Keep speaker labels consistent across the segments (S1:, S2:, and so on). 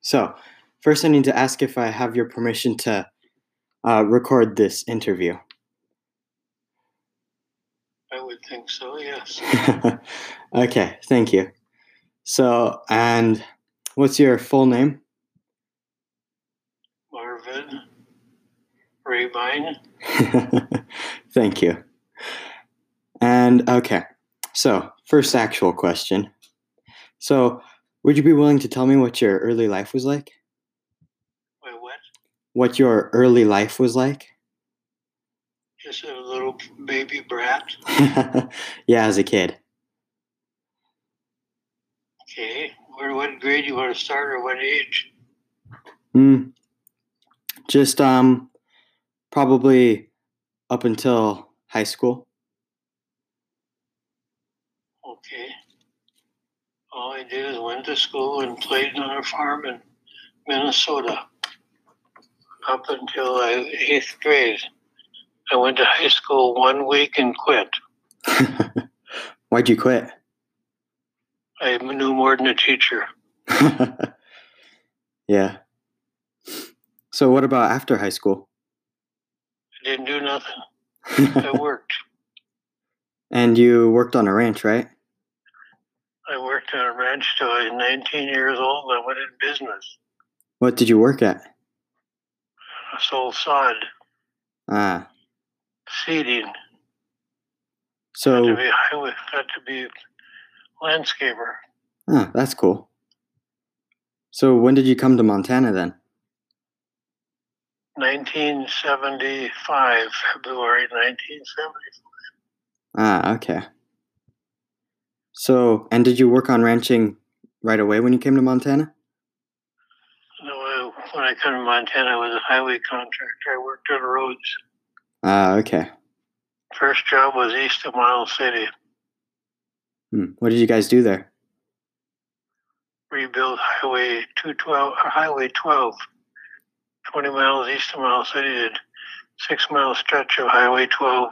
S1: So, first, I need to ask if I have your permission to uh, record this interview.
S2: I would think so, yes.
S1: okay, thank you. So, and what's your full name?
S2: Marvin Rabine,
S1: thank you. And okay, so first actual question. So, would you be willing to tell me what your early life was like?
S2: my what?
S1: What your early life was like?
S2: Just a little baby brat.
S1: yeah, as a kid.
S2: Okay. Where, what grade you want to start or what age?
S1: Mm. Just um, probably up until high school.
S2: Okay. All I did is went to school and played on a farm in Minnesota up until I, eighth grade. I went to high school one week and quit.
S1: Why'd you quit?
S2: I knew more than a teacher.
S1: yeah. So what about after high school?
S2: I didn't do nothing. I worked.
S1: and you worked on a ranch, right?
S2: I worked on a ranch till I was 19 years old. I went in business.
S1: What did you work at?
S2: I sold sod,
S1: Ah.
S2: seeding, got to
S1: So
S2: be a highway, got to be a landscaper.
S1: ah, that's cool. So when did you come to Montana then?
S2: 1975, February 1975.
S1: Ah, okay. So and did you work on ranching right away when you came to Montana?
S2: No, I, when I come to Montana, I was a highway contractor. I worked on roads.
S1: Ah, okay.
S2: First job was east of Miles City.
S1: Hmm. What did you guys do there?
S2: rebuild Highway 212, or Highway 12, 20 miles east of Miles City, did six mile stretch of Highway 12,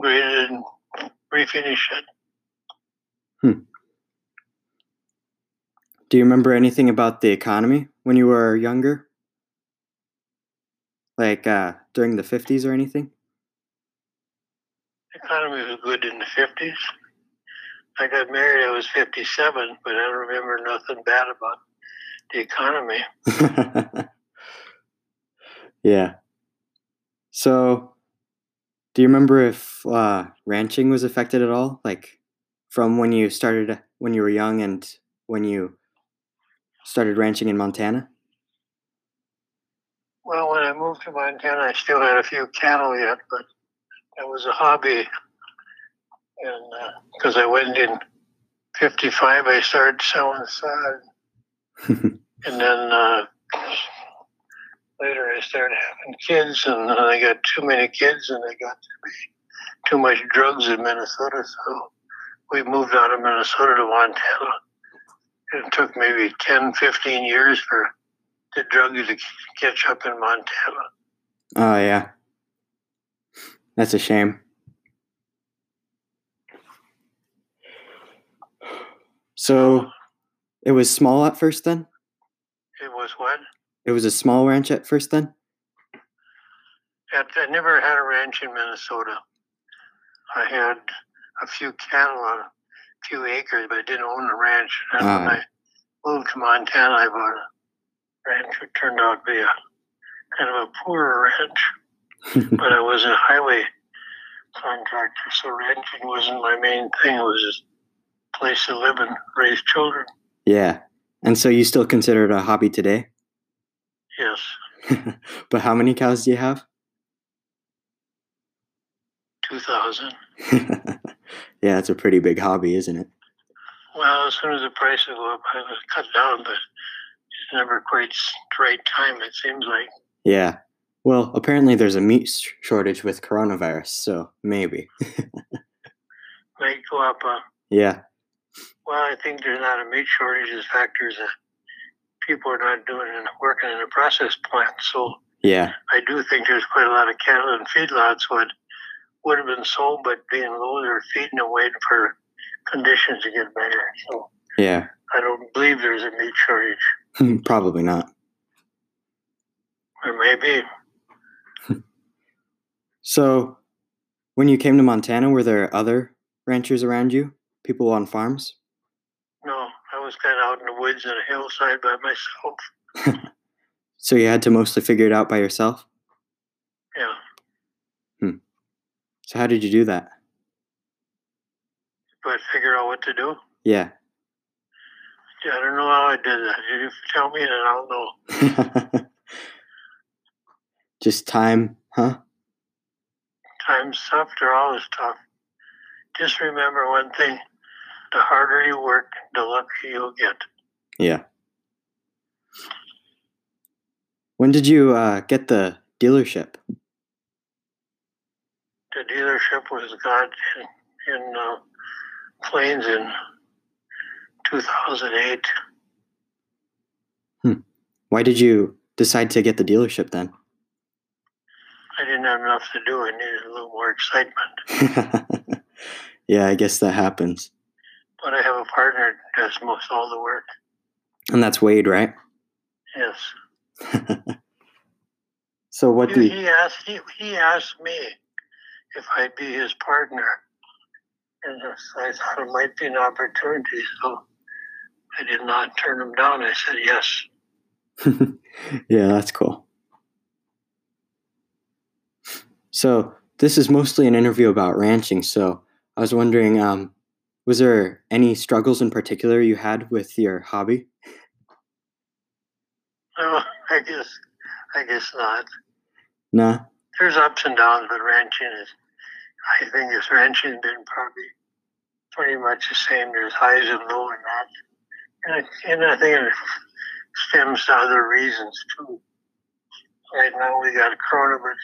S2: graded and refinished it.
S1: Do you remember anything about the economy when you were younger? Like uh, during the 50s or anything?
S2: The economy was good in the 50s. I got married, I was 57, but I don't remember nothing bad about the economy.
S1: yeah. So, do you remember if uh, ranching was affected at all? Like from when you started, when you were young and when you started ranching in Montana?
S2: Well, when I moved to Montana, I still had a few cattle yet, but that was a hobby. And because I went in 55, I started selling sod. And then uh, later I started having kids, and then I got too many kids, and I got to be too much drugs in Minnesota. So we moved out of Minnesota to Montana. It took maybe 10, 15 years for the drugs to catch up in Montana.
S1: oh, yeah. That's a shame. So, it was small at first then?
S2: It was what?
S1: It was a small ranch at first then?
S2: At, I never had a ranch in Minnesota. I had a few cattle on a few acres, but I didn't own a ranch. And when
S1: Ah.
S2: I moved to Montana, I bought a ranch. It turned out to be a kind of a poorer ranch, but I was a highway contractor, so ranching wasn't my main thing. It was just a place to live and raise children.
S1: Yeah. And so you still consider it a hobby today?
S2: Yes,
S1: But how many cows do you have?
S2: 2000.
S1: yeah, that's a pretty big hobby, isn't it?
S2: Well, as soon as the prices go up, I was cut down, but it's never quite s- the right time, it seems like.
S1: Yeah. Well, apparently there's a meat sh- shortage with coronavirus, so maybe.
S2: Might go up. Uh,
S1: Yeah.
S2: well, I think there's not a meat shortage as factors that people are not doing and working in the process plant. So
S1: Yeah.
S2: I do think there's quite a lot of cattle in feedlots would would have been sold, but being low, they're feeding and waiting for conditions to get better. So
S1: Yeah.
S2: I don't believe there's a meat shortage.
S1: Probably not.
S2: or maybe
S1: So, when you came to Montana, were there other ranchers around you? People on farms?
S2: no. I was kind of out in the woods on a hillside by myself.
S1: So you had to mostly figure it out by yourself?
S2: Yeah,
S1: So, how did you do that?
S2: but figure out what to do.
S1: Yeah.
S2: Yeah, I don't know how I did that. You tell me, and I'll know.
S1: Just time, huh?
S2: Time's tough. They're always tough. Just remember one thing: the harder you work, the luckier you'll get.
S1: Yeah. When did you uh, get the dealership?
S2: the dealership was got in, in uh, Plains in 2008.
S1: Why did you decide to get the dealership then?
S2: I didn't have enough to do. I needed a little more excitement.
S1: yeah, I guess that happens.
S2: But I have a partner that does most all the work.
S1: And that's Wade, right?
S2: Yes.
S1: So what do
S2: He,
S1: you,
S2: he asked. He, he asked me if I'd be his partner, and I thought it might be an opportunity. So I did not turn him down. I said yes.
S1: Yeah, that's cool. So, this is mostly an interview about ranching, so I was wondering um was there any struggles in particular you had with your hobby?
S2: No, I guess. I guess not.
S1: Nah.
S2: there's ups and downs, but ranching is, I think, this ranching has been probably pretty much the same. There's highs and lows in that, and I, and I think it stems to other reasons too. Right now we got corona, but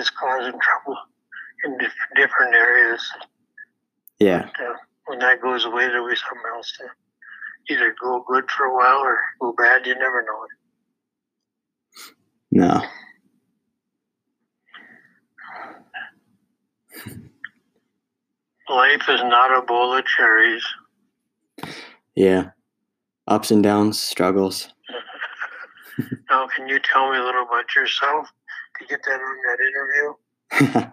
S2: it's causing trouble in dif- different areas.
S1: Yeah.
S2: When that goes away, there'll be something else to either go good for a while or go bad. You never know.
S1: No.
S2: Life is not a bowl of cherries.
S1: Yeah. Ups and downs, struggles.
S2: Now, can you tell me a little about yourself to get that on that interview?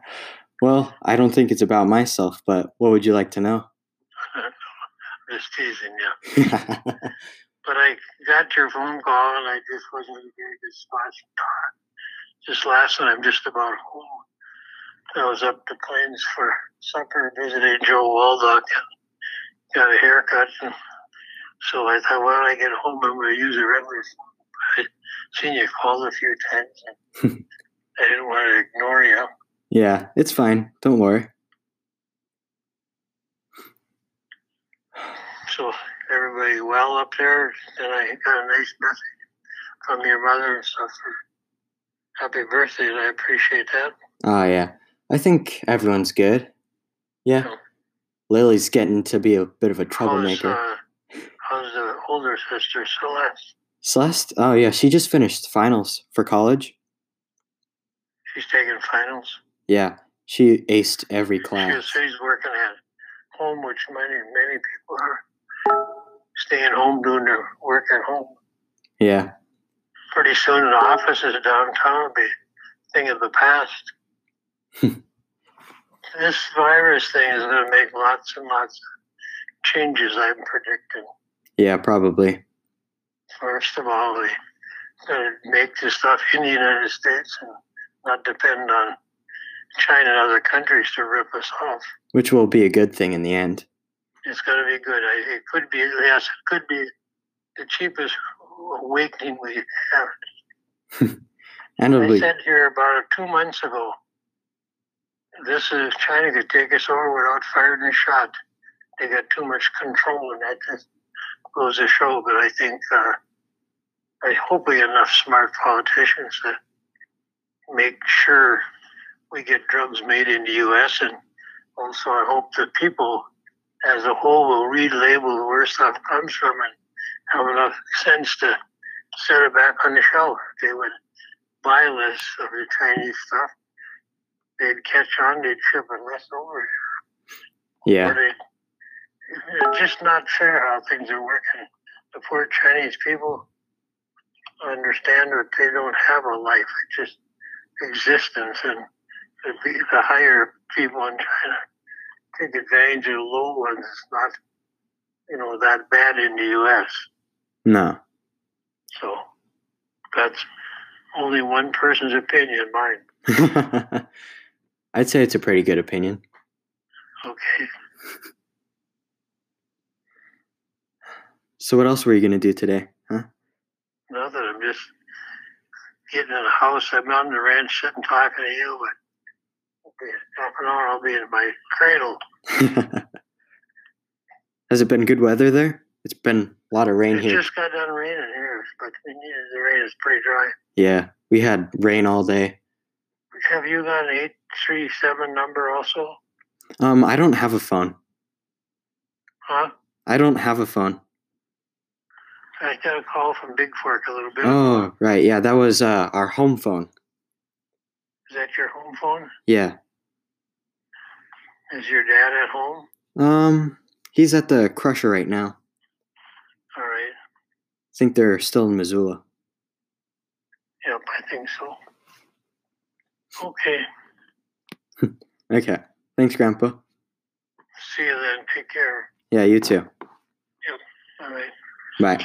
S1: well, I don't think it's about myself, but what would you like to know?
S2: Just teasing you. But I got your phone call and I just wasn't in a very good spot to talk. Just last night, I'm just about home. I was up to Plains for supper, visited Joe Waldock, and got a haircut. And so I thought, well, when I get home, I'm going to use a regular phone. I'd seen you call a few times. And I didn't want to ignore you.
S1: yeah, it's fine. Don't worry.
S2: So everybody well up there, and I got a nice message from your mother and stuff for happy birthday, and I appreciate that.
S1: Ah, yeah. I think everyone's good. Yeah.
S2: Yeah.
S1: Lily's getting to be a bit of a
S2: How's,
S1: troublemaker.
S2: uh, how's the older sister Celeste?
S1: Celeste? Oh, yeah. She just finished finals for college.
S2: She's taking finals.
S1: Yeah. She aced every
S2: She's,
S1: class.
S2: she's working at home, which many many people are staying home doing their work at home.
S1: Yeah.
S2: Pretty soon, the offices downtown will be a thing of the past. this virus thing is going to make lots and lots of changes. I'm predicting.
S1: Yeah, probably.
S2: First of all, we gotta make this stuff in the United States and not depend on China and other countries to rip us off.
S1: Which will be a good thing in the end.
S2: It's gonna be good. I, it could be, yes, it could be the cheapest awakening we have.
S1: And it'll
S2: I
S1: be.
S2: said here about two months ago, this is China could take us over without firing a shot. They got too much control, and that just goes to show. But I think, uh, I hope we get enough smart politicians to make sure we get drugs made in the U.S. And also, I hope the people as a whole will relabel where stuff comes from and have enough sense to set it back on the shelf. They would buy list of the Chinese stuff, they'd catch on, they'd ship it less over.
S1: Yeah.
S2: But it, it's just not fair how things are working. The poor Chinese people understand that they don't have a life, it's just existence. And the, pe- the higher people in China take advantage of the low ones. It's not, you know, that bad in the U.S.
S1: No.
S2: So that's only one person's opinion, mine.
S1: I'd say it's a pretty good opinion.
S2: Okay.
S1: So what else were you gonna do today? Huh?
S2: Nothing. I'm just getting in the house. I'm on the ranch sitting talking to you, but in half an hour I'll be in my cradle.
S1: Has it been good weather there? It's been a lot of rain
S2: it
S1: here.
S2: just got done raining here, but we needed the rain. It's pretty dry.
S1: Yeah, we had rain all day.
S2: Have you got an 837 number also?
S1: Um, I don't have a phone.
S2: Huh?
S1: I don't have a phone.
S2: I got a call from Big Fork a little bit.
S1: Oh, right. Yeah, that was uh, our home phone.
S2: Is that your home phone?
S1: Yeah.
S2: Is your dad at home?
S1: Um, he's at the crusher right now.
S2: All right.
S1: I think they're still in Missoula.
S2: Yep, I think so. Okay.
S1: Okay. Thanks, Grandpa.
S2: See you then. Take care.
S1: Yeah, you too.
S2: All right.
S1: Bye.